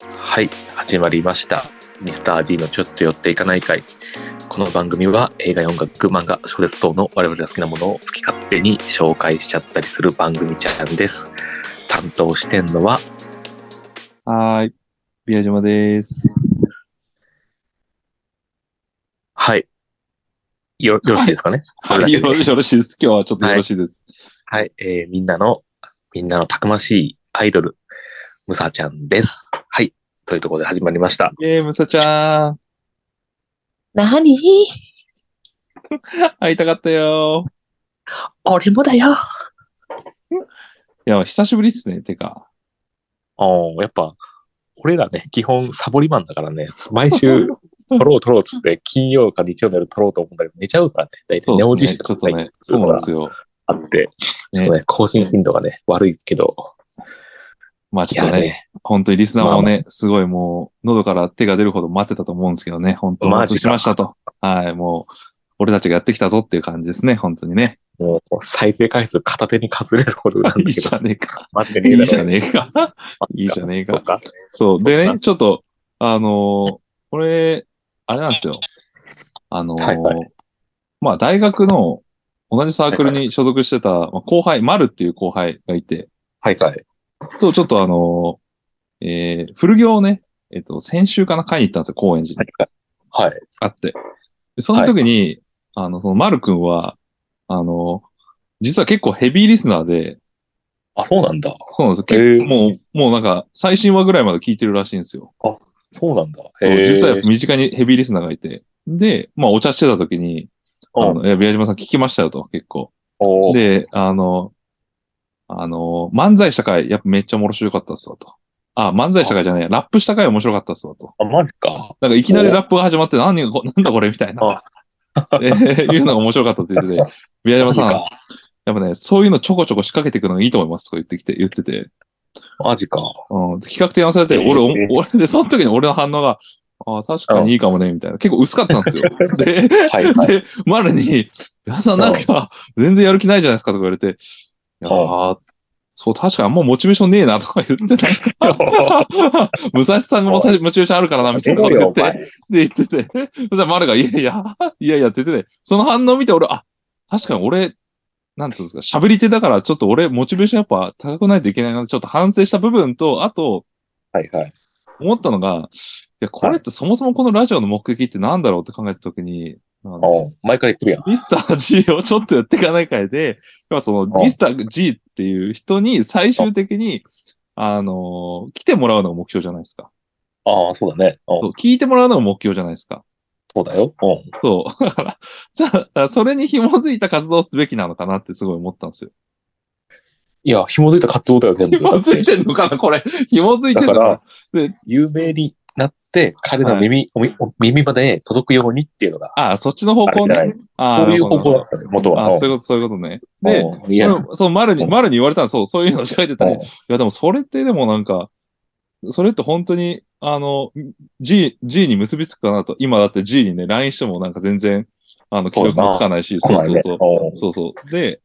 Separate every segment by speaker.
Speaker 1: はい、始まりました。ミスター G のちょっと寄っていかない会。この番組は映画や音楽、漫画、小説等の我々が好きなものを好き勝手に紹介しちゃったりする番組ちゃんです。担当してんのは、
Speaker 2: はーい。ビラジマです。
Speaker 1: はい。よ、よろしいですかね。
Speaker 2: はい、よろよろしいです。今日はちょっとよろしいです。
Speaker 1: はい、えー、みんなの、みんなのたくましいアイドル、ムサちゃんです。はい、というところで始まりました。
Speaker 2: イェーイ、ムサちゃん。
Speaker 3: なに
Speaker 2: 会いたかったよ。
Speaker 3: 俺もだよ。
Speaker 2: いや、久しぶりっすね。てか。
Speaker 1: あーやっぱ、俺らね、基本サボりマンだからね、毎週、撮ろう撮ろうっつって、金曜か日曜の夜撮ろうと思うんだけど、寝ちゃうからね、大体
Speaker 2: そう
Speaker 1: 寝
Speaker 2: で
Speaker 1: 落ちし
Speaker 2: す
Speaker 1: て
Speaker 2: ね。ちょっとね。
Speaker 1: そ
Speaker 2: そうう
Speaker 1: の
Speaker 2: なん
Speaker 1: が
Speaker 2: ですよ。
Speaker 1: あって、ちょっとね、更新頻度がね、悪いけど、
Speaker 2: まあち
Speaker 1: い
Speaker 2: ょっ
Speaker 1: や
Speaker 2: とね、
Speaker 1: ね、
Speaker 2: 本当にリスナーもね、すごいもう、喉から手が出るほど待ってたと思うんですけどね。本当
Speaker 1: マ
Speaker 2: 待
Speaker 1: ジ
Speaker 2: ち
Speaker 1: か
Speaker 2: しましたと。はい、もう、俺たちがやってきたぞっていう感じですね。本当にね。
Speaker 1: もう再生回数片手に数えるほどなんだ
Speaker 2: いい
Speaker 1: け
Speaker 2: じ
Speaker 1: ど
Speaker 2: ゃ、ねえか。
Speaker 1: 待って
Speaker 2: い
Speaker 1: ねえ
Speaker 2: い
Speaker 1: だ
Speaker 2: じゃ
Speaker 1: ろ。
Speaker 2: ね えか。いいじゃねえか
Speaker 1: そっか。
Speaker 2: そう。で
Speaker 1: そうっす
Speaker 2: ね、ちょっと、あのーこれ、あれなんですよ。あのー
Speaker 1: はいは
Speaker 2: まあ、大学の同じサークル
Speaker 1: はい
Speaker 2: に所属してた、まあ後輩、丸っていう後輩がいて、
Speaker 1: はいはい。
Speaker 2: と、ちょっとあのーえー古着をね、えっ、と、先週かな買いに行ったんですよ、高円寺に
Speaker 1: はいはい。
Speaker 2: あって。でその時に、あの、その丸くんは、あのー実は結構ヘビーリスナーで、
Speaker 1: あ、そうなんだ。
Speaker 2: そうなんですよ。結構
Speaker 1: へー
Speaker 2: もう、もうなんか、最新話ぐらいまで聞いてるらしいんですよ。
Speaker 1: そうなんだ。
Speaker 2: そ
Speaker 1: へ
Speaker 2: う、
Speaker 1: ー
Speaker 2: 実はやっぱ身近にヘビーリスナーがいて。で、まあお茶してた時に、あ
Speaker 1: うん
Speaker 2: の、いや、宮島さん聞きましたよと、結構。
Speaker 1: おー
Speaker 2: で、あの、あの、漫才した回、やっぱめっちゃ面白かったっすわと。あ、漫才した回じゃない、ラップした回面白かったっすわと。
Speaker 1: あ、マジか。
Speaker 2: なんかいきなりラップが始まって、何がこ、 なんだこれみたいな。 えーいうのが面白かったって言ってて、宮島さん、
Speaker 1: マジ
Speaker 2: や
Speaker 1: か
Speaker 2: っぱね、そういうのちょこちょこ仕掛けていくのがいいと思いますとか言ってきて、言ってて。
Speaker 1: マジか。
Speaker 2: うん、企画提案されて、
Speaker 1: えー
Speaker 2: 俺、お俺で、その時に俺の反応が、ああ、確かにいいかもね、みたいな。結構薄かったんですよ。で、
Speaker 1: はいはい。
Speaker 2: で、丸に、矢田さんなんか、全然やる気ないじゃないですかとか言われて、いやー、そう、確かにあんまモチベーションねえなとか言ってた。武蔵さんがモチベーションあるからな、みたいなこと言って、で、言ってて、そしたら丸が、いやいや、 いやいやって言ってて、その反応見て俺、あ、確かに俺、なんていうんですか、喋り手だから、ちょっと俺、モチベーションやっぱ高くないといけないなって、ちょっと反省した部分と、あと、
Speaker 1: はいはい。
Speaker 2: 思ったのが、いや、これってそもそもこのラジオの目的って何だろうって考えたときに、あの
Speaker 1: おう前から言ってるやん。
Speaker 2: ミスター G をちょっとやっていかない会で、 要はその
Speaker 1: うん
Speaker 2: ミスター G っていう人に最終的に、あのー来てもらうのが目標じゃないですか。
Speaker 1: ああ、そうだね。おう
Speaker 2: そう、聞いてもらうのが目標じゃないですか。
Speaker 1: そうだよ。おう
Speaker 2: そう。だ から、じゃあ、それに紐づいた活動をすべきなのかなってすごい思ったんですよ。
Speaker 1: いや、紐づいた活動だよ、全部。
Speaker 2: 紐づいてんのかなこれ。紐づい
Speaker 1: だか
Speaker 2: てんのからな、
Speaker 1: 有名になって、彼の耳、おみお耳まで届くようにっていうのが、
Speaker 2: ああ、そっちの方向
Speaker 1: あれ
Speaker 2: ね。ああ
Speaker 1: そういう方
Speaker 2: なるほ
Speaker 1: 向
Speaker 2: ど
Speaker 1: だったね、元は。
Speaker 2: あ
Speaker 1: お
Speaker 2: あ、
Speaker 1: う
Speaker 2: そういうこと、そういうことね。で、
Speaker 1: おういや、
Speaker 2: でもそう、丸に、
Speaker 1: うん
Speaker 2: 丸に言われたら、そう、そういうの仕掛けてたら、
Speaker 1: おう
Speaker 2: いや、でもそれってでもなんか、それって本当に、あの、G、G に結びつくかなと。今だって G にね、LINE してもなんか全然、あの、既読もつかないし、
Speaker 1: そ
Speaker 2: そうう
Speaker 1: だ
Speaker 2: そ
Speaker 1: ね
Speaker 2: うそう。
Speaker 1: おう
Speaker 2: そうそう。で、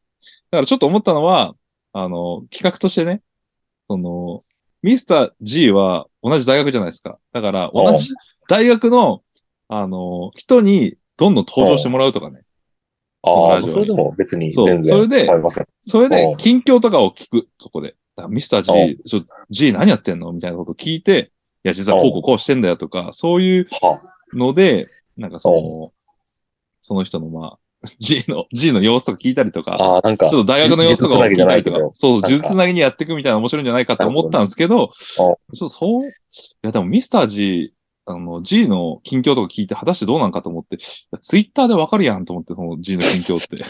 Speaker 2: だからちょっと思ったのは、あの、企画としてね、その、ミスター G は同じ大学じゃないですか。だから、同じ大学の、あの、人にどんどん登場してもらうとかね。
Speaker 1: あ
Speaker 2: ラジオ
Speaker 1: あ、
Speaker 2: に
Speaker 1: それでも別に
Speaker 2: そう
Speaker 1: 全然
Speaker 2: それで
Speaker 1: 思いません。
Speaker 2: それ
Speaker 1: お
Speaker 2: で
Speaker 1: う、
Speaker 2: 近況とかを聞く、そこで。だからミスタ
Speaker 1: お
Speaker 2: ー G、ちょ、G 何やってんのみたいなことを聞いて、いや、実はこうこうこうしてんだよとか、そういう
Speaker 1: は
Speaker 2: ので、なんかその、その人の、まあ、G の、G の様子とか聞いたりとか、
Speaker 1: ああ、なん
Speaker 2: ち
Speaker 1: か、
Speaker 2: ょっと大学の様子とかを
Speaker 1: 技術つな
Speaker 2: 聞
Speaker 1: ぎじゃ
Speaker 2: いた
Speaker 1: ない
Speaker 2: り
Speaker 1: け
Speaker 2: とか
Speaker 1: ど、、
Speaker 2: そう、
Speaker 1: なんか
Speaker 2: 呪術つなぎにやっていくみたいなの面白いんじゃないかって思ったんですけど、ちょっとそう、いや、でもミスター G、あの、G の近況とか聞いて、果たしてどうなんかと思って、ツイッターでわかるやんと思って、その G の近況 って。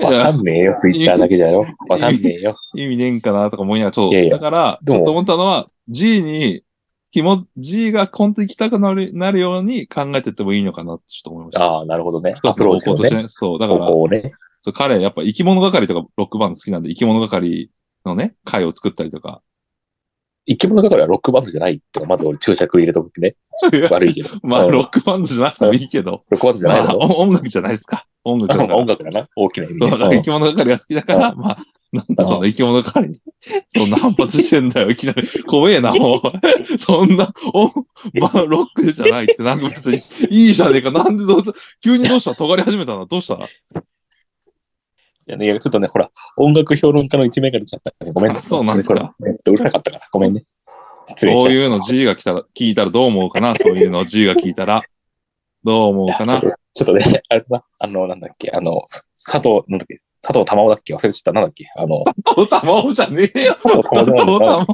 Speaker 1: わかんねえよ、ツイッターだけじゃよ。わかんねえよ。
Speaker 2: 意味ねえんかなとか思いながら、ちょっと、
Speaker 1: いやいや
Speaker 2: だから、
Speaker 1: で
Speaker 2: ち
Speaker 1: も
Speaker 2: ょっと思ったのは、G に、紐、G がコント行きたくなる、なるように考えてってもいいのかなってちょっと思いました。
Speaker 1: ああ、なるほどね。
Speaker 2: 一
Speaker 1: ア
Speaker 2: つ
Speaker 1: プ
Speaker 2: の
Speaker 1: ロー
Speaker 2: 方
Speaker 1: チ
Speaker 2: 向
Speaker 1: の
Speaker 2: として
Speaker 1: ね、
Speaker 2: ね。そう、だか
Speaker 1: 方
Speaker 2: ら、
Speaker 1: 向をね。
Speaker 2: そう彼、やっぱ生き物係とかロックバンド好きなんで、生き物係のね、会を作ったりとか、
Speaker 1: 生き物だからロックバンドじゃないってのがまず俺注釈入れとく ね。悪いけど。
Speaker 2: まあ、
Speaker 1: うん
Speaker 2: ロ
Speaker 1: ロ
Speaker 2: ックバンドじゃなくてもいいけど。
Speaker 1: ックバンドじゃないだ
Speaker 2: まあ
Speaker 1: ろ。
Speaker 2: お音楽じゃないですか。音楽だから
Speaker 1: まあ 音楽だな。大きな意味
Speaker 2: そ
Speaker 1: で。
Speaker 2: うだから生き物係が好きだから、まあ、なんでその生き物係に、そんな反発してん だよ、いきなり。怖えな、もう。そんな、お、まあ、ロックじゃないって、なんか別に、いいじゃねえか。なんでどうぞ、急にどうした尖り始めたのどうした
Speaker 1: いやねいや、ちょっとね、ほら、音楽評論家の一面が出ちゃったね。ごめんね。
Speaker 2: あそうなんですか
Speaker 1: これねちょっとうるさかったから、ごめんね。失礼し
Speaker 2: そう
Speaker 1: ました。
Speaker 2: いうの G が来たら、聞いたらどう思うかなそういうの G が聞いたら、どう思うかな
Speaker 1: ちょっとちょっとね、あれだな、あの、なんだっけ、あの、佐藤、なんだっけ、佐藤玉緒だっけ忘れちゃった。なんだっけ、あの、
Speaker 2: おたまおじゃねえよ。
Speaker 1: 佐
Speaker 2: おたまおたま。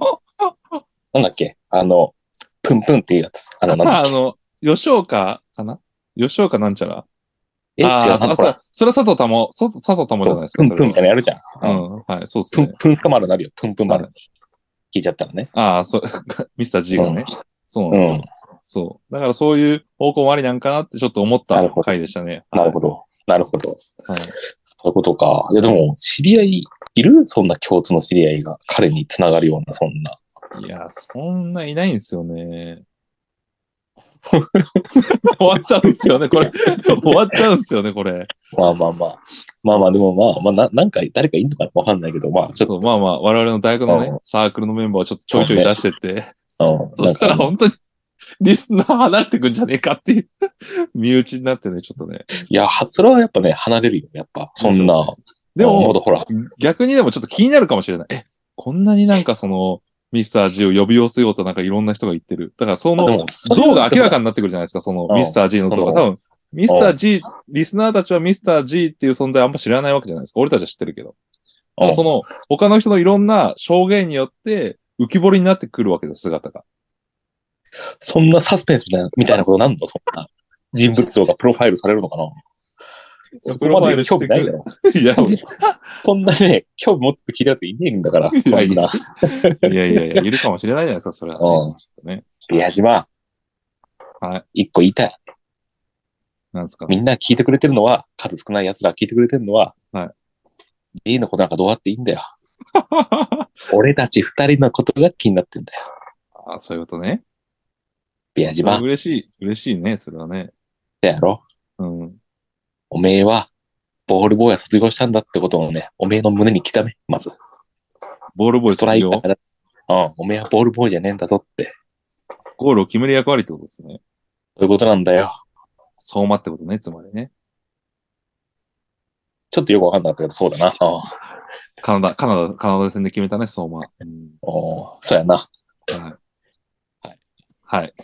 Speaker 1: なんだっけ、あの、プンプンっていうやつ。あの、なんだっ
Speaker 2: あ
Speaker 1: け。
Speaker 2: の、吉岡かな吉岡なんちゃら。
Speaker 1: え、違う
Speaker 2: あー、
Speaker 1: なん
Speaker 2: そ
Speaker 1: かほら
Speaker 2: そそれは佐藤たま、そ佐藤たまじゃないです
Speaker 1: プ
Speaker 2: か。
Speaker 1: ンプンみたいなのやるじゃん。
Speaker 2: それはうん、はい、そうです
Speaker 1: プ
Speaker 2: ね
Speaker 1: ン。プンスカマルなるよ。プンプン丸
Speaker 2: は。
Speaker 1: 聞いちゃったらね。
Speaker 2: ああ、そう、 ミスター G がね。そうなん
Speaker 1: う
Speaker 2: ですよ。
Speaker 1: ん。
Speaker 2: そう。だからそういう方向もありなんかなってちょっと思っ
Speaker 1: な
Speaker 2: た
Speaker 1: るほど
Speaker 2: 回でしたね。
Speaker 1: なるほど。なるほど。
Speaker 2: はい
Speaker 1: そういうことか。いや、でも、知り合いいるそんな共通の知り合いが彼につながるような、そんな。
Speaker 2: いや、そんないないんです よね。終わっちゃうんですよね、これ。終わっちゃうんですよね、これ。
Speaker 1: まあまあまあ。まあまあ、でもまあ、まあ、ななんか誰かいるのかなわかんないけど、まあ、ち
Speaker 2: ちょ
Speaker 1: ょ
Speaker 2: っ
Speaker 1: っ
Speaker 2: とまあまあ、我々の大学の
Speaker 1: う
Speaker 2: ね、サークルのメンバーをちょっとちょいちょい出してって、
Speaker 1: と、うん
Speaker 2: そしたら
Speaker 1: なんか
Speaker 2: 本当にリスナー離れてくんじゃねえかっていう、身内になってね、ちょっとね。
Speaker 1: いや、はそれはやっぱね、離れるよ。やっぱ、そんな。
Speaker 2: で
Speaker 1: うん
Speaker 2: も
Speaker 1: ま、だほら、
Speaker 2: 逆にでもちょっと気になるかもしれない。え、こんなになんかその、ミスター G を呼び寄せようとなんかいろんな人が言ってる。だからその
Speaker 1: あでもそれは
Speaker 2: 像が明らかになってくるじゃないですか、その
Speaker 1: うん
Speaker 2: ミスター G の像が。
Speaker 1: その
Speaker 2: 多分、ミスター G、リスナーたちはミスター G っていう存在あんま知らないわけじゃないですか。俺たちは知ってるけど。
Speaker 1: うん
Speaker 2: その、他の人のいろんな証言によって浮き彫りになってくるわけです、姿 が。
Speaker 1: そんなサスペンスみたいなみたいなことなんのそんな。人物像がプロファイルされるのかなそこまで興味ないだろ。
Speaker 2: いや、い
Speaker 1: そんなね、興味持って聞いたやついねえんだから、こん
Speaker 2: いやいや
Speaker 1: な。
Speaker 2: やいやいや、いるかもしれないじゃないですか、それは。ね、
Speaker 1: 宮島。。
Speaker 2: はい
Speaker 1: 一個言いたい。
Speaker 2: なんですか。
Speaker 1: みんな聞いてくれてるのは、数少ない奴ら聞いてくれてるのは、
Speaker 2: はい
Speaker 1: い。G のことなんかどうやっていいんだよ。 俺たち二人のことが気になってんだよ。
Speaker 2: あそういうことね。
Speaker 1: 宮
Speaker 2: それ
Speaker 1: 島。
Speaker 2: 嬉しい、嬉しいね、それはね。
Speaker 1: だやろ
Speaker 2: うん。
Speaker 1: おめえは、ボールボーイは卒業したんだってことをね、おめえの胸に刻め、まず。
Speaker 2: ボールボーイ
Speaker 1: ストラ
Speaker 2: 卒
Speaker 1: イカ
Speaker 2: 業
Speaker 1: ー、だ。うん、おめえはボールボーイじゃねえんだぞって。
Speaker 2: ゴールを決める役割ってことですね。
Speaker 1: そういうことなんだよ。
Speaker 2: 相馬ってことね、つまりね。
Speaker 1: ちょっとよくわかんなかったけど、そうだな。うん
Speaker 2: カナダ、カナダ、カナダ戦で決めたね、相馬。うん
Speaker 1: おーそうやな。
Speaker 2: はい。
Speaker 1: は
Speaker 2: はい。はい。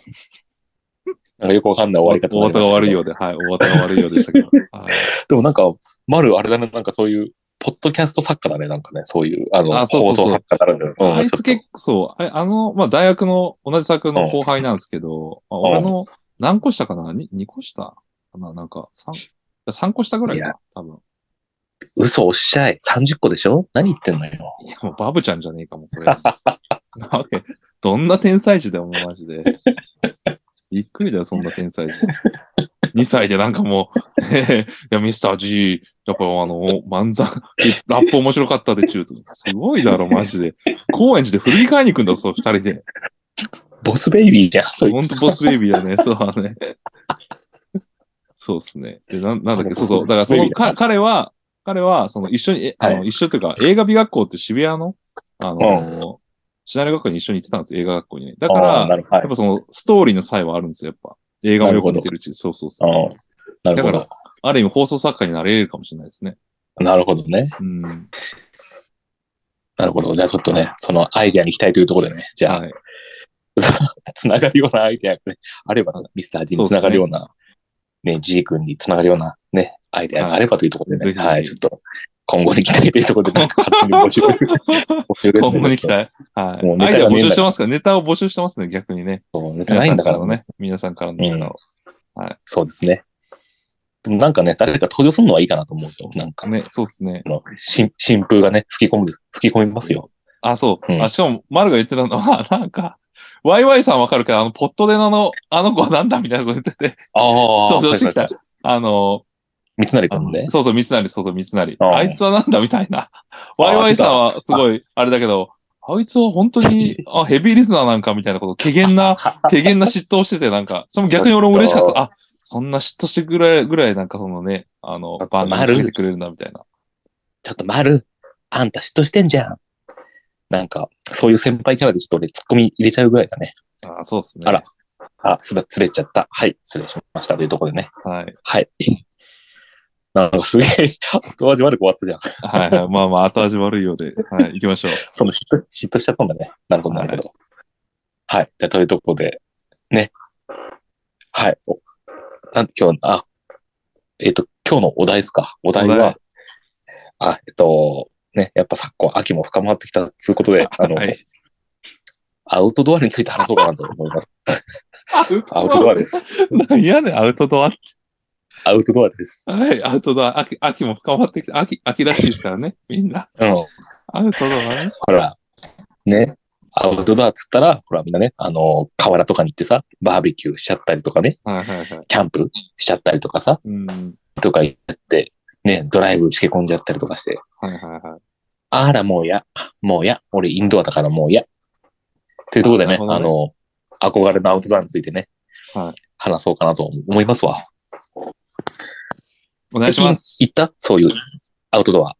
Speaker 1: なんかよくわかんない終わり方
Speaker 2: お
Speaker 1: になりました
Speaker 2: 綿が
Speaker 1: けど
Speaker 2: 悪いようで、はい。お綿が悪いようでした けど。はい
Speaker 1: でもなんか、まるあれだね、なんかそういう、ポッドキャスト作家だね、なんかね、そういう、あの、
Speaker 2: あそうそうそう
Speaker 1: 放送作家だね。うん
Speaker 2: あい
Speaker 1: ちょっ
Speaker 2: つ結構、そう、あれあの、まあ、大学の、同じ作の後輩なんですけど、まあ、俺の、何個下かな ?2 個下かななんか、三3個下ぐらい
Speaker 1: い
Speaker 2: か多分。
Speaker 1: と嘘おっしゃい。30個でしょ何言ってんのよ。
Speaker 2: いや、もうバブちゃんじゃねえかも、それ。なわけどんな天才児だよ、もうマジで。びっくりだよ、そんな天才児。2歳でなんかもう、 いや、ミスター G、やっぱあの、漫才、ラップ面白かったでちゅうと。すごいだろ、マジで。高円寺で振り返りに行くんだ、そう、二人で。
Speaker 1: ボスベイビーじゃん、そ
Speaker 2: ほ
Speaker 1: い
Speaker 2: ん
Speaker 1: つ
Speaker 2: とボスベイビ ーだね、そうだね。そうっすね。で、なんなんだっけ、そうそう。だから、その、か彼は、彼は、その、一緒に、えあの、
Speaker 1: は
Speaker 2: 一緒というか、映画美学校って渋谷の、あの、シナリオ学校に一緒に行ってたんですよ、映画学校にね。だか
Speaker 1: あー
Speaker 2: ら、
Speaker 1: なるほど。は
Speaker 2: や
Speaker 1: い
Speaker 2: っぱその、ストーリーの際はあるんですよ、やっぱ。映画をよく見てるうち、そうそうそう。
Speaker 1: うんなるほ
Speaker 2: だ
Speaker 1: ど
Speaker 2: か。ある意味、放送作家になれるかもしれないですね。
Speaker 1: なるほどね。
Speaker 2: うん。
Speaker 1: なるほど。じゃあちょっとね、そのアイデアに行きたいというところでね、じゃあ、
Speaker 2: はい。
Speaker 1: つながるようなアイデアがね、あれば、ミスター G につながるような、ね、G 君につながるようなね、アイデアがあればというところで
Speaker 2: はい
Speaker 1: ね、
Speaker 2: ぜひぜひ
Speaker 1: はい、ちょっと、今後に期待というところで、なんか勝手に募 集、募集ですね。
Speaker 2: 今後に期待。はい。
Speaker 1: もうネ
Speaker 2: アイ
Speaker 1: タ
Speaker 2: デ
Speaker 1: がねえんだか
Speaker 2: ア募
Speaker 1: ら
Speaker 2: 集してますから、ネタを募集してますね、逆にね。
Speaker 1: そうネタ
Speaker 2: 皆
Speaker 1: ない
Speaker 2: さ
Speaker 1: ん
Speaker 2: ん
Speaker 1: だ
Speaker 2: か
Speaker 1: からら
Speaker 2: の
Speaker 1: ね。
Speaker 2: ね、皆さんからのネタを。
Speaker 1: そうですね。でもなんかね、誰か登場するのはいいかなと思うよ。なんか、
Speaker 2: ね、そうですね。
Speaker 1: あの新新風がね、吹き込むです、吹き込みますよ。
Speaker 2: あ、そう。
Speaker 1: うん
Speaker 2: あ、しかも、丸が言ってたのは、 なんか、ワイワイさんわかるけど、あの、ポットでのの、あの子はなんだみたいなこと言って て、
Speaker 1: あ
Speaker 2: 登場してきた。あの、
Speaker 1: 三成
Speaker 2: あ
Speaker 1: 君ね
Speaker 2: の。そうそう、三成、そうそう、三成。
Speaker 1: あー
Speaker 2: あいつはなんだみたいな。
Speaker 1: ー
Speaker 2: ワイワイさんはすごい、あれだけど、あいつは本当 に、あ、ヘビーリスナーなんかみたいなこと、軽減な、軽減な嫉妬をしてて、なんか、それも逆に俺も 嬉しかった。あ、そんな嫉妬してくれぐらい、なんかそのね、あの
Speaker 1: ちょっ、と
Speaker 2: バンドに
Speaker 1: 丸
Speaker 2: かけてくれるんだみたいな。
Speaker 1: ちょっと丸、あんた嫉妬してんじゃん。なんか、そういう先輩キャラでちょっと俺ツッコミ入れちゃうぐらいだね。
Speaker 2: あ、そうですね。
Speaker 1: あらあ、すべ、釣れちゃった。はい、失礼しました。というところでね。
Speaker 2: はい。
Speaker 1: はい。 なんかすげえ、後味悪く終わったじゃん。
Speaker 2: はいはい。まあまあ、後味悪いようで。はい。行きましょう。
Speaker 1: その嫉妬、嫉妬しちゃったんだね。なるほど、なるほど。はい。じゃあ、というところで、ね。はい。おなん今日、あ、えっ、と、今日のお題ですか。お題
Speaker 2: お題
Speaker 1: は、あ、えっ、と、ね、やっぱ昨今、秋も深まってきたということで、あの、
Speaker 2: はい。
Speaker 1: アウトドアについて話そうかなと思います。 アウトドアです。
Speaker 2: 何やねん、アウトドア。
Speaker 1: アウトドアです。
Speaker 2: はい、アウトドア。秋、秋も深まってきて、秋、秋らしいですからね。みんな。
Speaker 1: うん。
Speaker 2: アウトドアね。
Speaker 1: ほら、ね、アウトドアっつったら、ほらみんなね、あの、河原とかに行ってさ、バーベキューしちゃったりとかね、
Speaker 2: はいはいはい。
Speaker 1: キャンプしちゃったりとかさ、
Speaker 2: うん。
Speaker 1: とか行って、ね、ドライブしけ込んじゃったりとかして、
Speaker 2: はいはいはい。
Speaker 1: あらもうや、もうや、俺インドアだからもうや。というところでね、
Speaker 2: なるほど
Speaker 1: あ
Speaker 2: ね
Speaker 1: の、憧れのアウトドアについてね、
Speaker 2: はい
Speaker 1: 話そうかなと思いますわ。
Speaker 2: お願いします。
Speaker 1: 最近行ったそういうアウトドア。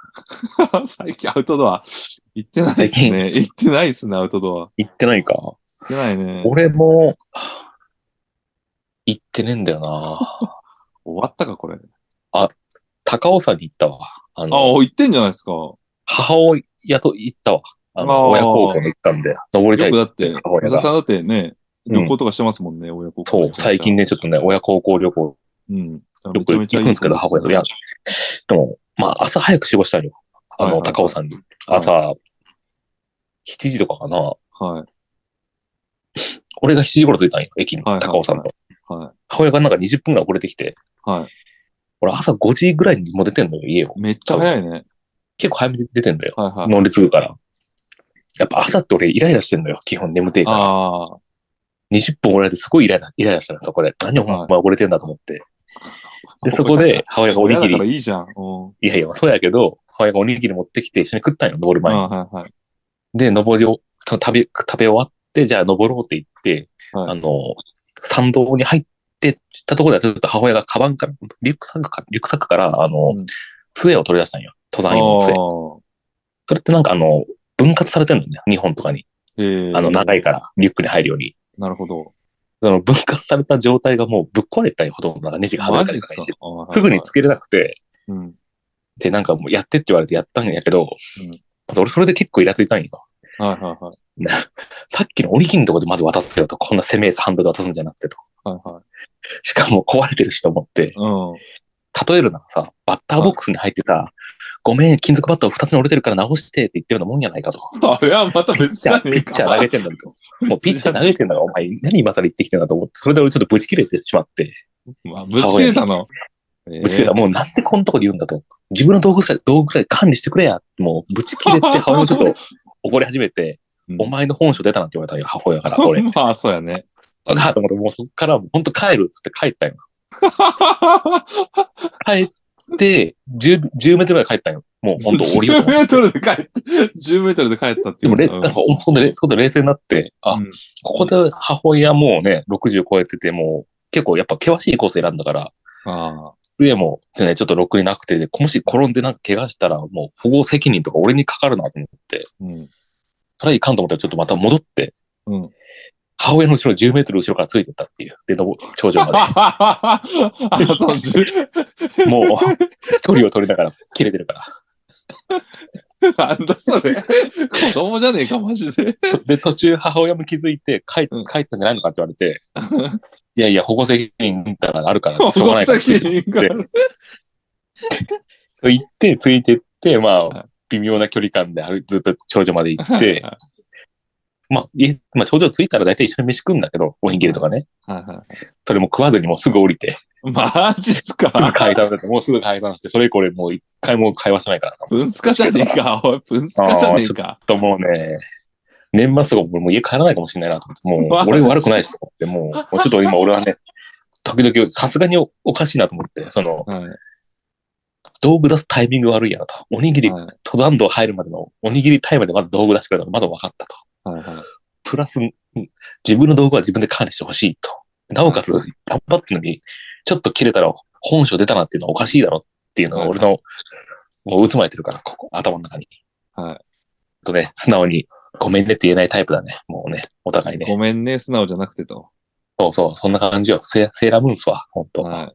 Speaker 2: 最近アウトドア。行ってないですね。行ってないですね、アウトドア。
Speaker 1: 行ってないか。
Speaker 2: 行ってないね。
Speaker 1: 俺も、行ってねえんだよな。
Speaker 2: 終わったか、これ。
Speaker 1: 高尾山に行ったわ。あ
Speaker 2: あ、
Speaker 1: の、
Speaker 2: 行ってんじゃないですか。
Speaker 1: 母親と行ったわ。あ
Speaker 2: あー
Speaker 1: の、親孝行に行ったんで、登りた
Speaker 2: よ
Speaker 1: い
Speaker 2: くだ
Speaker 1: っつ
Speaker 2: っ
Speaker 1: って
Speaker 2: て、
Speaker 1: 母親
Speaker 2: 武田さ
Speaker 1: が。
Speaker 2: んだってね、
Speaker 1: うん
Speaker 2: 旅行とかしてますもんね、親子。
Speaker 1: そう、最近ね、ちょっとね、親孝行旅行
Speaker 2: うん。
Speaker 1: よく行くんですけど、母親と。いや、でも、まあ、朝早く仕事したのよ。あ
Speaker 2: はいはい
Speaker 1: の、
Speaker 2: はい
Speaker 1: 高尾山に。朝、7時とかかな。
Speaker 2: はい。
Speaker 1: 俺が7時頃着いたんよ、駅に、
Speaker 2: はいはいはい
Speaker 1: 高尾山と。
Speaker 2: は
Speaker 1: 母親がなんか20分ぐらい遅れてきて、
Speaker 2: い。はい。
Speaker 1: 俺朝5時ぐらいにもう出てんのよ、家を。
Speaker 2: めっちゃ早いね。
Speaker 1: 結構早めに出てんのよ。
Speaker 2: はいはい。
Speaker 1: 乗り継ぐから。やっぱ朝って俺イライラしてんのよ、基本眠てえから。
Speaker 2: ああ。
Speaker 1: 20分折られてすごいイライライライラしたの、そこで。何お前折れてんだと思って。で、そこで、母親がおにぎ
Speaker 2: 親だから
Speaker 1: り、
Speaker 2: いいじゃん。うん。
Speaker 1: いやいや、そうやけど、母親がおにぎり持ってきて一緒に食ったんよ、登る前に。
Speaker 2: はいはい。
Speaker 1: で、登りを、その食べ、食べ終わって、じゃあ登ろうって言って、
Speaker 2: はい
Speaker 1: あの、参道に入ってったところで、ちょっと母親がカバンから、リュックサックから、リュックサックから、あの、
Speaker 2: うん
Speaker 1: 杖を取り出したんよ。登
Speaker 2: あ
Speaker 1: 山用の杖。
Speaker 2: あ
Speaker 1: それってなんかあの、分割されてるのね、日本とかに。
Speaker 2: ー。
Speaker 1: あの、長
Speaker 2: い。
Speaker 1: いから、リュックに入るように。
Speaker 2: なるほど。
Speaker 1: その分割された状態がもうぶっ壊れたりほとんどなんかネジが外れ
Speaker 2: マ
Speaker 1: た
Speaker 2: ジ
Speaker 1: り
Speaker 2: で
Speaker 1: と
Speaker 2: す
Speaker 1: か
Speaker 2: か
Speaker 1: して、
Speaker 2: あーはいはい
Speaker 1: すぐにつけれなくて、
Speaker 2: うん。
Speaker 1: で、なんかもうやってって言われてやったんやけど、
Speaker 2: うん
Speaker 1: まず俺それで結構イラついたんよ。
Speaker 2: はいはいはい。
Speaker 1: さっきのおにぎりのとこでまず渡すよと、こんな攻めハンドで渡すんじゃなくてと。
Speaker 2: はいはい。
Speaker 1: しかも壊れてるしと思って、
Speaker 2: うん。
Speaker 1: 例えるならさ、バッターボックスに入ってさ、ごめん、金属バット2つに折れてるから直してって言ってるようなもんじゃないかと。
Speaker 2: それはまた
Speaker 1: ピッ
Speaker 2: 別
Speaker 1: チ
Speaker 2: じ
Speaker 1: ャ
Speaker 2: ゃ
Speaker 1: ー、ピ
Speaker 2: ねえ
Speaker 1: ッチャー
Speaker 2: か
Speaker 1: 投。げてんだと。もうピッチャー投げてんだから、お前、何今更言ってきてんだと思って、それで俺ちょっとブチ切れてしまって、
Speaker 2: まあぶち切れたの。
Speaker 1: ぶち切れた。もうなんでこんなとこで言うんだと。自分の道具くらい、道具くらい管理してくれや。もうぶち切れて、母親ちょっと怒り始めて、
Speaker 2: うん
Speaker 1: お前の本性出たなんて言われたんよ、母親から、俺。
Speaker 2: まあ、そうやね。
Speaker 1: あなあと思って、もうそっからもう本当帰るっつって帰 ったんよ。帰って、10、10メートルぐらい帰ったんよ。もう本当降りようと
Speaker 2: 10
Speaker 1: 思って
Speaker 2: メートルで帰った。10メートルで帰ったって
Speaker 1: で
Speaker 2: いう。
Speaker 1: もれ、
Speaker 2: う
Speaker 1: なん
Speaker 2: ん
Speaker 1: か、そこで、そこで冷静になって、あ、
Speaker 2: うん
Speaker 1: ここで母親もうね、60超えてて、もう結構やっぱ険しいコース選んだから、
Speaker 2: あ
Speaker 1: 杖も、ね、ちょっとろくになくて、でもし転んでなんか怪我したら、もう保護責任とか俺にかかるなと思って、
Speaker 2: ーうん。
Speaker 1: それはいかんと思ったらちょっとまた戻って、
Speaker 2: うん。
Speaker 1: 母親の後ろ10メートル後ろからついてったっていう。で、のぼ頂上ま
Speaker 2: あ、そう、十、
Speaker 1: で。もう、距離を取りながら、切れてるから。
Speaker 2: なんだそれ。子供じゃねえか、マジで。
Speaker 1: で、途中母親も気づいて、帰っ
Speaker 2: うん
Speaker 1: 帰ったんじゃないのかって言われて、いやいや、保護責任みたいなのあるから、しょうがないから。
Speaker 2: 保護責任がある
Speaker 1: と言って、ついてって、ま
Speaker 2: は
Speaker 1: あ、微妙な距離感で歩いずっと頂上まで行って、
Speaker 2: は
Speaker 1: まあ、家まあ、頂上着いたら大体一緒に飯食うんだけど、おにぎりとかね。
Speaker 2: いは
Speaker 1: それも食わずにもうすぐ降り て、
Speaker 2: いマジっすか
Speaker 1: すぐ階段だって、もうすぐ階段して、それ以降俺もう一回も会話してないからな。
Speaker 2: 分スカじゃねえ か、おい、分スカじゃねえか。
Speaker 1: ともうね、年末とか俺もう家帰らないかもしれないなと思って、もう俺悪くないしと思って、もう、もうちょっと今俺はね、時々さすがにおおかしいなと思って、その、
Speaker 2: はい
Speaker 1: 道具出すタイミング悪いやなと。おにぎり、
Speaker 2: はい
Speaker 1: 登山道入るまでの、おにぎりタイムでまず道具出してくれたのまず分かったと。
Speaker 2: はいはい。
Speaker 1: プラス、うん自分の道具は自分で管理してほしいと。なおかつ、
Speaker 2: は
Speaker 1: 頑張ってんのに、ちょっと切れたら本性出たなっていうのはおかしいだろっていうのが俺の、もう渦巻いてるから、ここ、頭の中に。。
Speaker 2: はい
Speaker 1: とね、素直に、ごめんねって言えないタイプだね。もうね、お互いね。
Speaker 2: ごめんね、素直じゃなくてと。
Speaker 1: そうそう、そんな感じよ。セセーラームーンっすわ、ほんと。
Speaker 2: は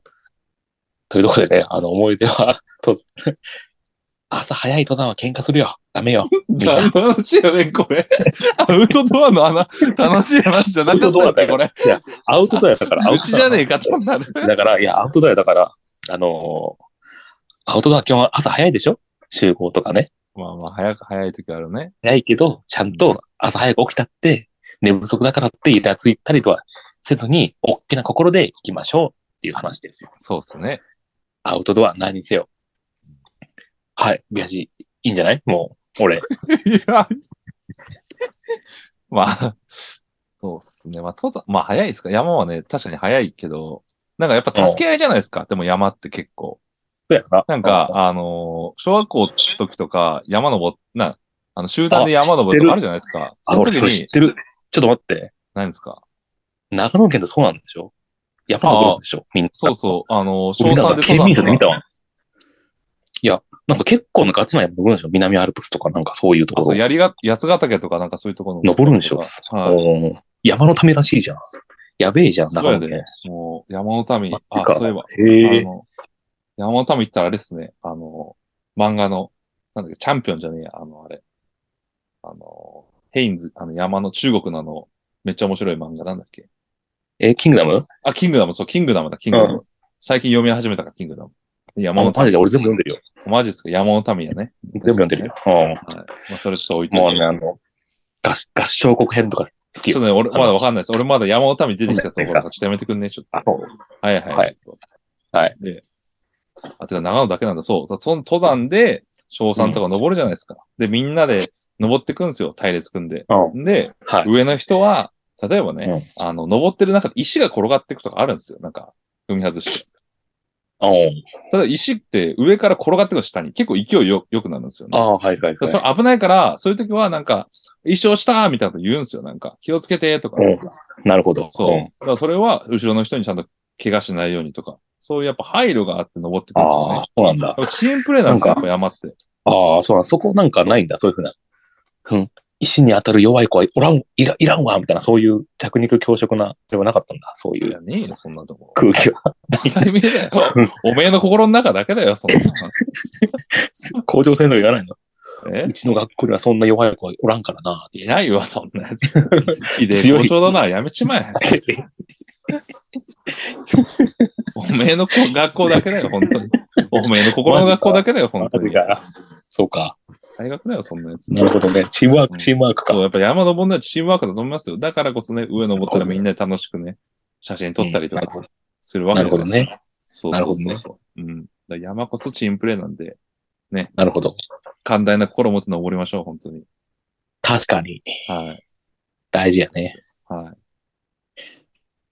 Speaker 1: というところでね、あの、思い出は、と 朝早い登山は喧嘩するよ。ダメよ。
Speaker 2: い。
Speaker 1: んな
Speaker 2: 楽しいよね、これ。アウトドアの穴、楽しい話じゃなかったっけ、これ。
Speaker 1: アウトドアだから、アウ
Speaker 2: う
Speaker 1: ト
Speaker 2: ち
Speaker 1: ド
Speaker 2: じ
Speaker 1: ア
Speaker 2: ゃねえかとなる。
Speaker 1: だ から、いや、アウトドアだから、あのーアウトドア基本は朝早いでしょ集合とかね。
Speaker 2: まあまあ、早く早い時あるね。
Speaker 1: 早いけど、ちゃんと朝早く起きたって、寝不足だからって、イラついたりとはせずに、大きな心で行きましょうっていう話ですよ。
Speaker 2: そうっすね。
Speaker 1: アウトドア何にせよ。はい、ビアジ、いいんじゃないもう、俺。
Speaker 2: いや。 まあ、そうっすね。まあ、登山まあ、早いですか。山はね、確かに早いけど、なんかやっぱ助け合いじゃないですか。でも山って結構。
Speaker 1: そうやな。
Speaker 2: なんか、、あのー小学校の時とか、山登っ、な、あの、集団で山登るとかあるじゃないですか。
Speaker 1: あ
Speaker 2: その
Speaker 1: 俺
Speaker 2: 時
Speaker 1: それ知っ
Speaker 2: に、
Speaker 1: てる。ちょっと待って。
Speaker 2: 何ですか
Speaker 1: 長野県ってそうなんでしょ山登るんでしょみんな。
Speaker 2: そうそう、あのー、小
Speaker 1: 俺なん
Speaker 2: 3
Speaker 1: か
Speaker 2: で
Speaker 1: 県民
Speaker 2: 登
Speaker 1: 図で
Speaker 2: 山
Speaker 1: 見
Speaker 2: と
Speaker 1: た
Speaker 2: か。
Speaker 1: わ。いや、なんか結構なガチなやつ登るんでしょ南アルプスとかなんかそういうと
Speaker 2: あ
Speaker 1: こ
Speaker 2: そう、
Speaker 1: ろ。
Speaker 2: 槍が、八ヶ岳とかなんかそういうところ
Speaker 1: 登るんでしょ
Speaker 2: はい。
Speaker 1: うん山のためらしいじゃん。やべえじゃん、
Speaker 2: そう
Speaker 1: 長
Speaker 2: や
Speaker 1: 野
Speaker 2: で
Speaker 1: 県。、
Speaker 2: もう、山の民、
Speaker 1: マジ
Speaker 2: あ、
Speaker 1: か
Speaker 2: そういえば、
Speaker 1: へ
Speaker 2: あ
Speaker 1: え。
Speaker 2: の、山の民って言ったらあれですね、あの、漫画の、なんだっけ、チャンピオンじゃねえや、あの、あれ。あの、ヘインズ、あの、山の、中国のあの、めっちゃ面白い漫画なんだっけ。
Speaker 1: え、キングダム
Speaker 2: あ、キングダム、そう、キングダムだ、キングダム。最近読み始めたから、キングダム。山
Speaker 1: あ
Speaker 2: の
Speaker 1: マジで俺全部読んでるよ。
Speaker 2: 民、マジですか、山の民やね。
Speaker 1: 全部読んでるよ。うん
Speaker 2: まあ、それちょっと置いとい
Speaker 1: もう
Speaker 2: て。
Speaker 1: ね、あの、合合唱国編とか好き
Speaker 2: ちょっと
Speaker 1: よ。
Speaker 2: ね、俺、まだわかんないです。俺まだ山の民出てきたところだから、ちょっとやめてくんね、ちょっと。
Speaker 1: あ、そう。
Speaker 2: はいはい。
Speaker 1: はい
Speaker 2: ちょっと
Speaker 1: はい。
Speaker 2: で、あ、てか長野だけなんだ。そう。そその登山で、小山とか登るじゃないですか。で、みんなで登ってくんですよ。隊列組んで。
Speaker 1: う
Speaker 2: で、
Speaker 1: はい
Speaker 2: 上の人は、例えばね、あの、登ってる中で石が転がっていくとかあるんですよ。なんか、踏み外して。
Speaker 1: うん。
Speaker 2: ただ石って上から転がってくる下に結構勢いよ、良くなるんですよね。
Speaker 1: ああ、はいはい
Speaker 2: だから
Speaker 1: はい。
Speaker 2: それ危ないから、そういう時はなんか、一生したみたいなこと言うんですよ。なんか、気をつけてとか。
Speaker 1: うんなるほど。
Speaker 2: そう。
Speaker 1: ん
Speaker 2: だからそれは、後ろの人にちゃんと怪我しないようにとか、そういうやっぱ配慮があって登ってくるんですよ
Speaker 1: あ
Speaker 2: ね
Speaker 1: あ、。そうなんだ。
Speaker 2: やっぱチームプレーなんですよ、
Speaker 1: な
Speaker 2: やっぱ山って。
Speaker 1: ああ、そうなん、そこなんかないんだ、そういうふうな。ふん。石に当たる弱い子はおらん、いらいらんわ、みたいな、そういう着肉強食な、ではなかったんだ、そうい
Speaker 2: いうやねえよ、そんなとこ。
Speaker 1: 空 気は。
Speaker 2: 当たり前だよ。おめえの心の中だけだよ、そんな。
Speaker 1: 校長先生が言わないの。
Speaker 2: え
Speaker 1: うちの学校にはそんな弱い子はおらんからな、って
Speaker 2: いないわ、そんなやつ。ひでえ
Speaker 1: 強い
Speaker 2: 校長だな、やめち まえ。おめえのこ学校だけだよ、本当に。おめえの心の学校だけだよ、本当に。
Speaker 1: そうか。
Speaker 2: 大学だよ、そんなやつ。
Speaker 1: なるほどね。チームワーク、チームワーク
Speaker 2: そう、
Speaker 1: か。
Speaker 2: やっぱ山登るのはチームワークだと思いますよ。だからこそね、上登ったらみんなで楽しくね、写真撮ったりと
Speaker 1: うんなるほ
Speaker 2: か
Speaker 1: ど
Speaker 2: するわ
Speaker 1: な
Speaker 2: け
Speaker 1: るほ
Speaker 2: じゃ
Speaker 1: ど
Speaker 2: ないですか
Speaker 1: ね。。
Speaker 2: そう
Speaker 1: なる
Speaker 2: そ
Speaker 1: ほ
Speaker 2: う
Speaker 1: ど
Speaker 2: そ
Speaker 1: ね
Speaker 2: うそう。うん。だから山こそチームプレーなんで、
Speaker 1: なるほど。
Speaker 2: 寛大な心を持って登りましょう、本当に。
Speaker 1: 確かに。
Speaker 2: はい。
Speaker 1: 大事やね。
Speaker 2: はい。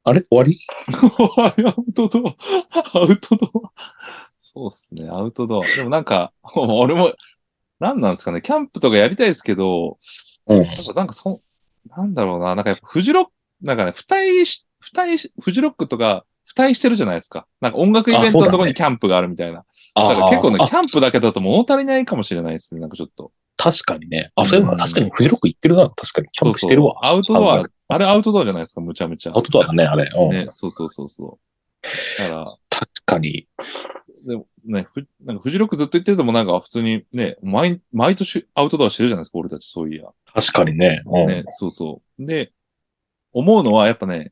Speaker 1: あれ終わり
Speaker 2: アウトドア。アウトドア。そうっすね、アウトドア。でもなんか、もう俺も、なんなんですかね、キャンプとかやりたいですけど、
Speaker 1: うん。
Speaker 2: ちょっとなんかそ、なんだろうな、なんかやっぱフジロック、なんかね、二人し、二人し、フジロックとか、二人してるじゃないですか。なんか音楽イベントのとこにキャンプがあるみたいな。だから結構ね、
Speaker 1: あーあ
Speaker 2: キャンプだけだと物足りないかもしれないですね、なんかちょっと。
Speaker 1: 確かにね。あ、そういえば確かにフジロック行ってるな。確かに。キャンプしてるわ。
Speaker 2: そうそうアウトド
Speaker 1: あ
Speaker 2: ア、あれアウトドアじゃないですか、むちゃむちゃ
Speaker 1: アウ。トドアだね、あれ。うん。
Speaker 2: ね、そうそうそうそう。だから、
Speaker 1: 確かに。
Speaker 2: でもね、ふなんかフジロックずっと言ってるともなんか普通にね、毎、毎年アウトドアしてるじゃないですか、俺たち、そういや。
Speaker 1: 確かにね。うん。
Speaker 2: ね、そうそう。で、思うのはやっぱね、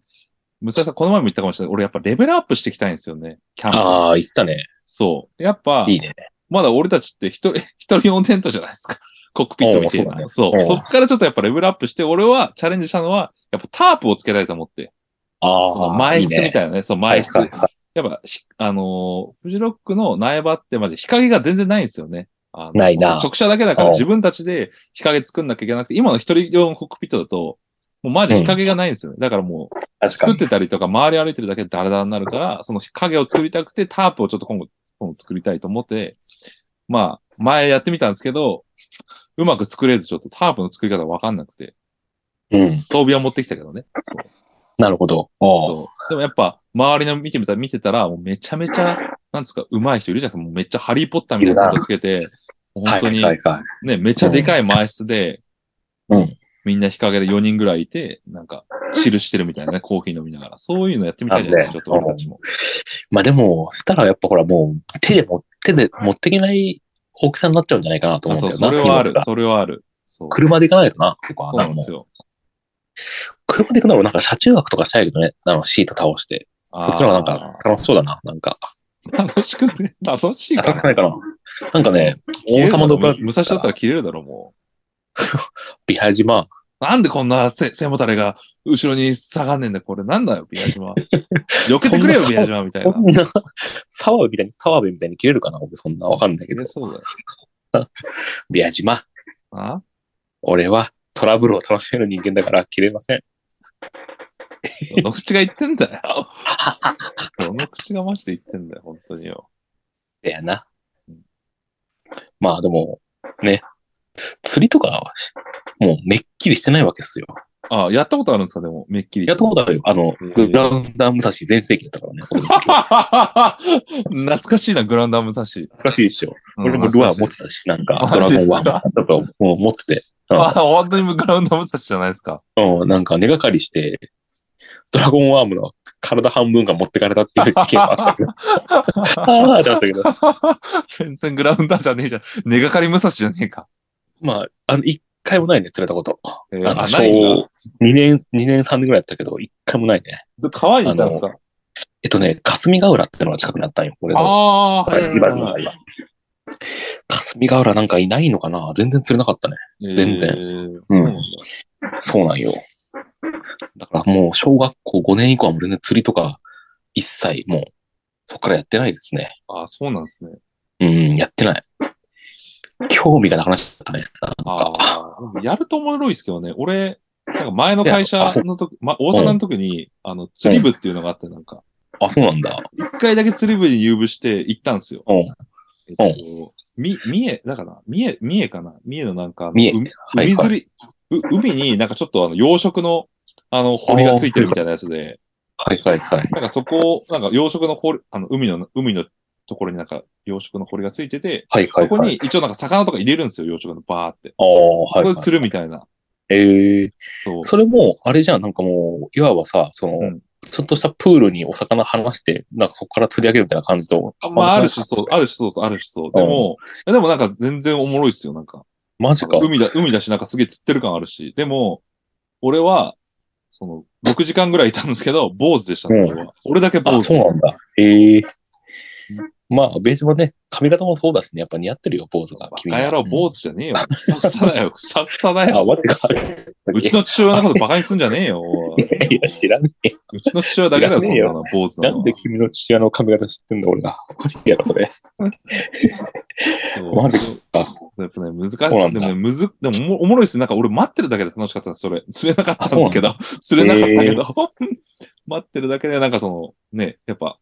Speaker 2: 武蔵さんこの前も言ったかもしれない。俺やっぱレベルアップしていきたいんですよね、キャンプ。
Speaker 1: ああ、言ってたね。
Speaker 2: そう。やっぱ、
Speaker 1: いいね。
Speaker 2: まだ俺たちって一人、 一人用テントじゃないですか。コックピットみたいな。
Speaker 1: うん
Speaker 2: そ
Speaker 1: そうだ
Speaker 2: う。
Speaker 1: ね
Speaker 2: そっからちょっとやっぱレベルアップして、俺はチャレンジしたのは、やっぱタープをつけたいと思って。そ
Speaker 1: あ
Speaker 2: の
Speaker 1: あ、
Speaker 2: 前室
Speaker 1: ね
Speaker 2: みたいなね。そう、前室。
Speaker 1: はいはいはい
Speaker 2: やっぱし、あのーフジロックの苗場ってまじ日陰が全然ないんですよね。あの
Speaker 1: ないな
Speaker 2: 直射だけだか
Speaker 1: う
Speaker 2: ら
Speaker 1: ん
Speaker 2: 自分たちで日陰作んなきゃいけなくて、今の一人用のコックピットだと、もうマジ日陰がないんですよね。だからもう、
Speaker 1: 確か
Speaker 2: 作っ
Speaker 1: に。
Speaker 2: てたりとか、周り歩いてるだけでダラダラになるから、その日陰を作りたくて、タープをちょっと今後本を作りたいと思って、まあ、前やってみたんですけど、うまく作れず、ちょっとタープの作り方わかんなくて、
Speaker 1: うん。
Speaker 2: 装備は持ってきたけどね。
Speaker 1: なるほど。おう
Speaker 2: そうでもやっぱ、周りの見てみた、見てたら、もうめちゃめちゃ、なんですか、上手い人いるじゃないですか。もうめっちゃハリーポッターみたいなことつけて、もう
Speaker 1: は
Speaker 2: 本
Speaker 1: い
Speaker 2: 当に
Speaker 1: はいはい。
Speaker 2: ね、めちゃでかい枚室で、
Speaker 1: うん
Speaker 2: みんな日陰で4人ぐらいいて、なんか、チルしてるみたいなね、コーヒー飲みながら。そういうのやってみたいじゃないですか、
Speaker 1: あ
Speaker 2: ちょっ
Speaker 1: ね
Speaker 2: と俺たちも。
Speaker 1: まあでも、したらやっぱほらもう手で持って、手で持っていけない大きさになっちゃうんじゃないかなと
Speaker 2: あ
Speaker 1: 思う
Speaker 2: そ
Speaker 1: ん
Speaker 2: う、
Speaker 1: だよな。
Speaker 2: それはあ
Speaker 1: 荷
Speaker 2: る
Speaker 1: 物が、
Speaker 2: それはある。そう。
Speaker 1: 車で行かないとな、結構
Speaker 2: そう
Speaker 1: な
Speaker 2: なんん
Speaker 1: か
Speaker 2: で
Speaker 1: もう
Speaker 2: すよ。
Speaker 1: 車で行くならなんか車中泊とかしたいけどね、あのシート倒して。
Speaker 2: あー
Speaker 1: そっちの方がなんか、楽しそうだな、なんか。
Speaker 2: 楽しくね、楽しいか
Speaker 1: 楽しく。
Speaker 2: ら
Speaker 1: ないかな。なんかね、 王様のブラック
Speaker 2: 武蔵だったら切れるだろ、も
Speaker 1: ビハジマ、
Speaker 2: う。なんでこんな背背もたれが後ろに下がんねんだよ、これ。な んだよ、ビア島。避けてくれよ
Speaker 1: そん、な
Speaker 2: ビア島みたいな。
Speaker 1: こんな、 澤部みたいに、澤部みたいに切れるかな俺そんなわかんないけど
Speaker 2: え。そうだよ
Speaker 1: ビア島、
Speaker 2: な。
Speaker 1: 俺はトラブルを楽しめる人間だから切れません。
Speaker 2: どの口が言ってんだよ。どの口がマジで言ってんだよ、本当によ。
Speaker 1: だよな。まあでも、ね、釣りとかは、もうめっきりしてないわけですよ。
Speaker 2: あやったことあるんですか、でも、めっきり。
Speaker 1: やったことあるよ。あの
Speaker 4: うん、
Speaker 1: グランダム武蔵全盛期だったからね。俺の時
Speaker 2: 懐かしいな、グランダムサシ。
Speaker 1: 懐かしいでしょ。俺もルアー持ってたし、なんか、
Speaker 2: あ
Speaker 1: アストラゴンワン
Speaker 2: マジ
Speaker 1: とかも持ってて、
Speaker 2: あ、 本当にグランダムサシじゃないですか。
Speaker 1: うん、なんか根がかりして、ドラゴンワームの体半分が持ってかれたっていう事件があった けど、ああってなったけど、
Speaker 2: 全然グラウンダーじゃねえじゃん。根がかり武蔵じゃねえか。
Speaker 1: まあ、あの、一回もないね、釣れたこと。
Speaker 2: え
Speaker 1: あの、
Speaker 2: あ、
Speaker 1: 小
Speaker 2: ないんだ。
Speaker 1: 2年、二年3年ぐらいやったけど、一回もないね。
Speaker 2: 可愛いんですか
Speaker 1: えっとね、霞ヶ浦ってのが近くにあったんよ、俺の。
Speaker 2: ああー、はい
Speaker 1: 今
Speaker 2: はいはい
Speaker 1: の今。霞ヶ浦なんかいないのかな全然釣れなかったね。全然
Speaker 2: えー
Speaker 1: うん
Speaker 2: そうなんだ
Speaker 1: そうなんよ。だからもう小学校5年以降はもう全然釣りとか一切もうそこからやってないですね。
Speaker 2: あそうなんですね。
Speaker 1: うん、やってない。興味がなくなっちゃったね。なん
Speaker 2: あ
Speaker 1: か。
Speaker 2: あ、やるとおもろいですけどね。俺、なんか前の会
Speaker 1: いや
Speaker 2: 社
Speaker 1: あそう
Speaker 2: の時、ま、大阪の時に、あの、釣り部っていうのがあって、なんか、
Speaker 1: あ、そうなんだ。
Speaker 2: 一回だけ釣り部に入部して行ったんですよ。
Speaker 1: うん
Speaker 2: えっと、み、三重、だから、三重、三重かな三重のなんかあの、
Speaker 1: 三重
Speaker 2: 海
Speaker 1: はい
Speaker 2: 海釣り、う海になんかちょっとあの、養殖の、あの、堀がついてるみたいなやつで、
Speaker 1: はいはいはい。
Speaker 2: なんかそこを、なんか養殖の堀、あの、海の、海のところになんか養殖の堀がついてて、
Speaker 1: はいはいはい。
Speaker 2: そこに一応なんか魚とか入れるんですよ、養殖のバーって。
Speaker 1: ああ、
Speaker 2: そ
Speaker 1: はい、
Speaker 2: こ
Speaker 1: は
Speaker 2: で
Speaker 1: い。
Speaker 2: 釣るみたいな。
Speaker 1: ええ
Speaker 2: そう。
Speaker 1: それも、あれじゃん、なんかもう、いわばさ、その、
Speaker 2: うん
Speaker 1: ちょっとしたプールにお魚放して、なんかそこから釣り上げるみたいな感じと。
Speaker 2: まあ、ある
Speaker 1: し
Speaker 2: 種そう、ある種そうそう、ある種そう。でも、でもなんか全然おもろいっすよ、なんか。
Speaker 1: マジか。
Speaker 2: 海だ、海だし、なんかすげえ釣ってる感あるし。でも、俺は、その、6時間ぐらいいたんですけど、坊主でしたね、
Speaker 1: うん
Speaker 2: 俺は俺だけ坊
Speaker 1: あ、
Speaker 2: 主
Speaker 1: そう。なんだ。ええまあ、ベージュもね、髪型もそうだしね、やっぱ似合ってるよ、坊主が。
Speaker 2: バ
Speaker 1: 君
Speaker 2: カ
Speaker 1: は
Speaker 2: 野郎、坊主じゃねえよ。ふさふさだよ、ふさふさだ
Speaker 1: あ、
Speaker 2: よ。
Speaker 1: マジか。
Speaker 2: うちの父親のことバカにすんじゃねえよ。おい
Speaker 1: いや、知らねえ。
Speaker 2: うちの父親だけだよ、
Speaker 1: 知
Speaker 2: そ
Speaker 1: らね
Speaker 2: ん
Speaker 1: え
Speaker 2: な
Speaker 1: よ
Speaker 2: の、坊主
Speaker 1: な
Speaker 2: なのは。
Speaker 1: んで君の父親の髪型知ってんだ、俺が。おかしいやろ、それ。
Speaker 2: そう
Speaker 1: マジ
Speaker 2: そう
Speaker 1: あ、
Speaker 2: やっぱね、難しい。
Speaker 1: そうなん
Speaker 2: で
Speaker 1: だ
Speaker 2: もね、むず、でもおもおもろいっすね。なんか俺待ってるだけで楽しかったんです、それ。釣れなかったんですけど。釣れなかったけど。 待ってるだけで、なんかその、ね、やっぱ、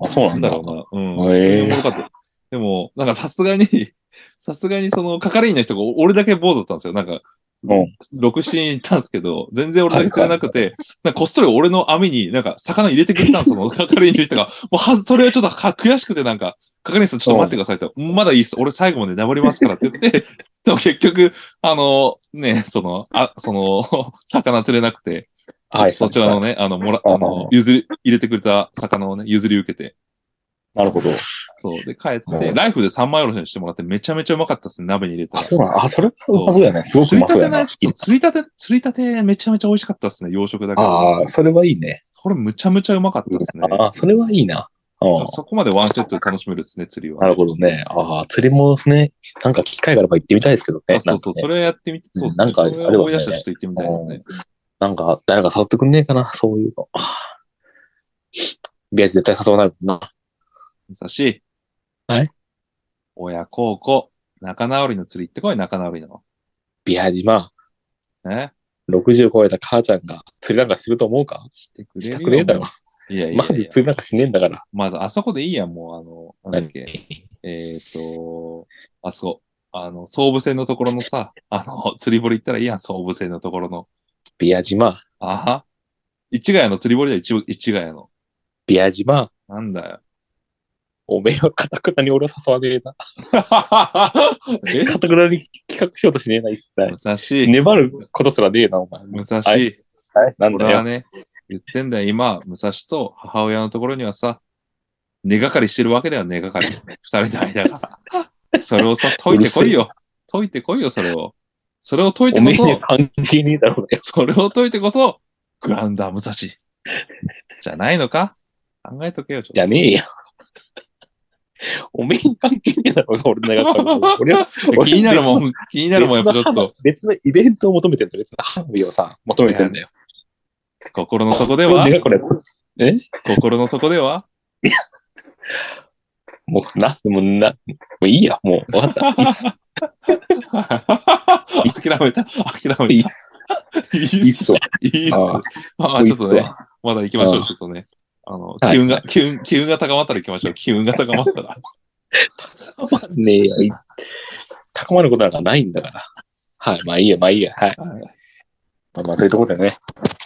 Speaker 1: あそうな
Speaker 2: なん
Speaker 1: ん
Speaker 2: だ
Speaker 1: だ。
Speaker 2: ろうな。うん。
Speaker 1: へー
Speaker 2: 普通におもろかった。でも、なんかさすがに、 さすがにその係員の人がお俺だけ坊主だったんですよ。なんか、
Speaker 1: うん
Speaker 2: 六7行ったんですけど、全然俺だけ釣れなくて、なんかこっそり俺の網になんか魚入れてくれたんです よ、その係員の人が。もうは、それはちょっとか悔しくてなんか、係員さんちょっと待ってくださいと。まだいいっす。俺最後まで粘りますからって言って、 でも結局、あの、ね、その、あ、その、 魚釣れなくて、
Speaker 1: はい。
Speaker 2: そちらのね、あの、もら、
Speaker 1: あー
Speaker 2: あの、譲り、入れてくれた魚をね、譲り受けて、
Speaker 1: なるほど。
Speaker 2: そう。で、帰っ
Speaker 1: う
Speaker 2: て、
Speaker 1: ん
Speaker 2: ライフで三枚おろしにしてもらって、めちゃめちゃうまかったですね、鍋に入れて。
Speaker 1: あ、そうなんだ。あ、それはうまそうやね。すごくう
Speaker 2: 釣り
Speaker 1: ま
Speaker 2: た
Speaker 1: そう
Speaker 2: て
Speaker 1: や
Speaker 2: のや
Speaker 1: な。
Speaker 2: つ、そう釣りたて、釣りたてめちゃめちゃ美味しかったですね、洋食だけど。
Speaker 1: ああ、それはいいね。
Speaker 2: これむちゃむちゃうまかったですね。
Speaker 1: ああ、それはいいな。うん
Speaker 2: そこまでワンセットで楽しめるですね、釣りは。
Speaker 1: なるほどね。ああ、釣りもですね、なんか機会があれば行ってみたいですけどね。
Speaker 2: あそうそう、
Speaker 1: なん
Speaker 2: そ
Speaker 1: かね
Speaker 2: れやってみて、そうです
Speaker 1: うん
Speaker 2: ね。
Speaker 1: なんかあ
Speaker 2: そ
Speaker 1: れ
Speaker 2: れを思い出
Speaker 1: だよ
Speaker 2: した
Speaker 1: ね
Speaker 2: らちょっと行ってみたいですね。
Speaker 1: なんか、誰か誘ってくんねえかな、そういうの。ビアジ絶対誘わないもんな。
Speaker 2: 武蔵。
Speaker 1: はい。
Speaker 2: 親孝行、仲直りの釣り行ってこい、仲直りの。
Speaker 1: ビアジま
Speaker 2: ね。
Speaker 1: あ、60超えた母ちゃんが釣りなんかしてると思うか
Speaker 2: してくれ
Speaker 1: し
Speaker 2: るよ
Speaker 1: たくねえだろ。。
Speaker 2: いやいやいや
Speaker 1: まず釣りなんかしねえんだから。
Speaker 2: まず、あそこでいいやん、もう、あの、なんだっけ、えっ、と、あそこ、あの、総武線のところのさ、あの、釣り堀行ったらいいやん、総武線のところの。
Speaker 1: ビア島、
Speaker 2: あは。市ヶ谷の釣り堀だよ、一市ヶ谷の。
Speaker 1: ビア島、
Speaker 2: な んだよ。
Speaker 1: おめえはかたくなに俺を誘わねえな。
Speaker 2: え
Speaker 1: かたくなに企画しようとしねえな、一切。
Speaker 2: 武蔵、
Speaker 1: 粘ることすらねえな、お前。
Speaker 2: 武蔵、
Speaker 1: はいはい、なんだ
Speaker 2: 俺は
Speaker 1: よ。
Speaker 2: ね、言ってんだよ、今、武蔵と母親のところにはさ、根がかりしてるわけだよ、根がかり。二人の間 が。それをさ、解いてこいよ。解いてこいよ、それを。それを解いて
Speaker 1: お
Speaker 2: こ
Speaker 1: めえには
Speaker 2: そ、
Speaker 1: 関係ねえだろうがよ。
Speaker 2: それを解いてこそ、グラウンダー武蔵。じゃないのか考えとけよ、ちょっと
Speaker 1: じゃねえよ。おめえに関係ねえだろうが、俺の中から。 俺は、俺
Speaker 2: 気になるもん、気になるもん、やっぱちょっと、
Speaker 1: 別のイベントを求めてんだよ。別の花火をさ、求めてんだよ。
Speaker 2: 心の底で
Speaker 1: こ
Speaker 2: は
Speaker 1: れ、、これ、え
Speaker 2: 心の底では、
Speaker 1: もう、な、もう、な、もういいや、もう、わかった。いい っす。
Speaker 2: 諦めた、諦めた。
Speaker 1: い
Speaker 2: い
Speaker 1: い
Speaker 2: い
Speaker 1: っす。
Speaker 2: っ
Speaker 1: いいっ
Speaker 2: す、
Speaker 1: すわ。
Speaker 2: いいっす。
Speaker 1: あ
Speaker 2: ま
Speaker 1: も
Speaker 2: あ
Speaker 1: うい
Speaker 2: ち
Speaker 1: い
Speaker 2: ょ
Speaker 1: っ
Speaker 2: っ
Speaker 1: す
Speaker 2: とね、まだ行きましょ
Speaker 1: あ
Speaker 2: う、ちょっとね。あの、
Speaker 1: はい
Speaker 2: 機運が、機運、機運が高まったら行きましょう。機運が高まったら。
Speaker 1: あねえよ。い高まることなんかないんだから。はい、まあいいや、まあいいや。はい。まあ、まあ、というところでね。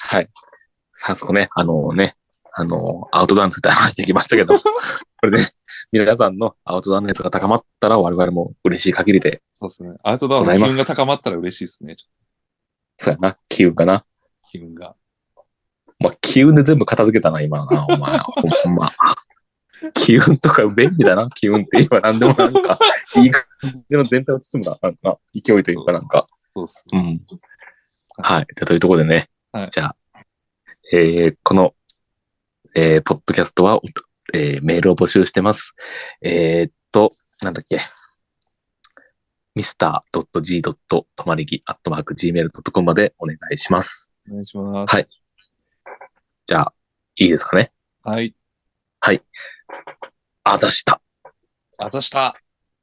Speaker 1: はい。早速ね、あのね、あのアウトドアについて話してきましたけど、これね、皆さんのアウトドア熱が高まったら我々も嬉しい限りで、
Speaker 2: そうですね。アウトドアの
Speaker 1: ござい
Speaker 2: 機
Speaker 1: ます
Speaker 2: 運が高まったら嬉しいですね。ちょ
Speaker 1: そうやな、機運かな。
Speaker 2: っと機運が。
Speaker 1: まあ、機運で全部片付けたな、今のな、お前。ほんま。機運とか便利だな、機運って言えば何でもなんか、いい感じの全体を包むな、なんか、勢いというかなんか。
Speaker 2: そうっす
Speaker 1: う
Speaker 2: ね。
Speaker 1: ん。はい。でというところでね、
Speaker 2: はい
Speaker 1: じゃあ、えーこの、えーポッドキャストは、おえーメールを募集してます。えーっと、なんだっけ。mr.g.tomarigi.gmail.com までお願いします。
Speaker 2: お願いします。
Speaker 1: はいじゃあ、いいですかね。
Speaker 2: はい。
Speaker 1: あざした。
Speaker 2: あざした。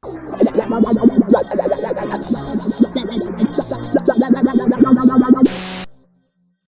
Speaker 3: Yabba dabba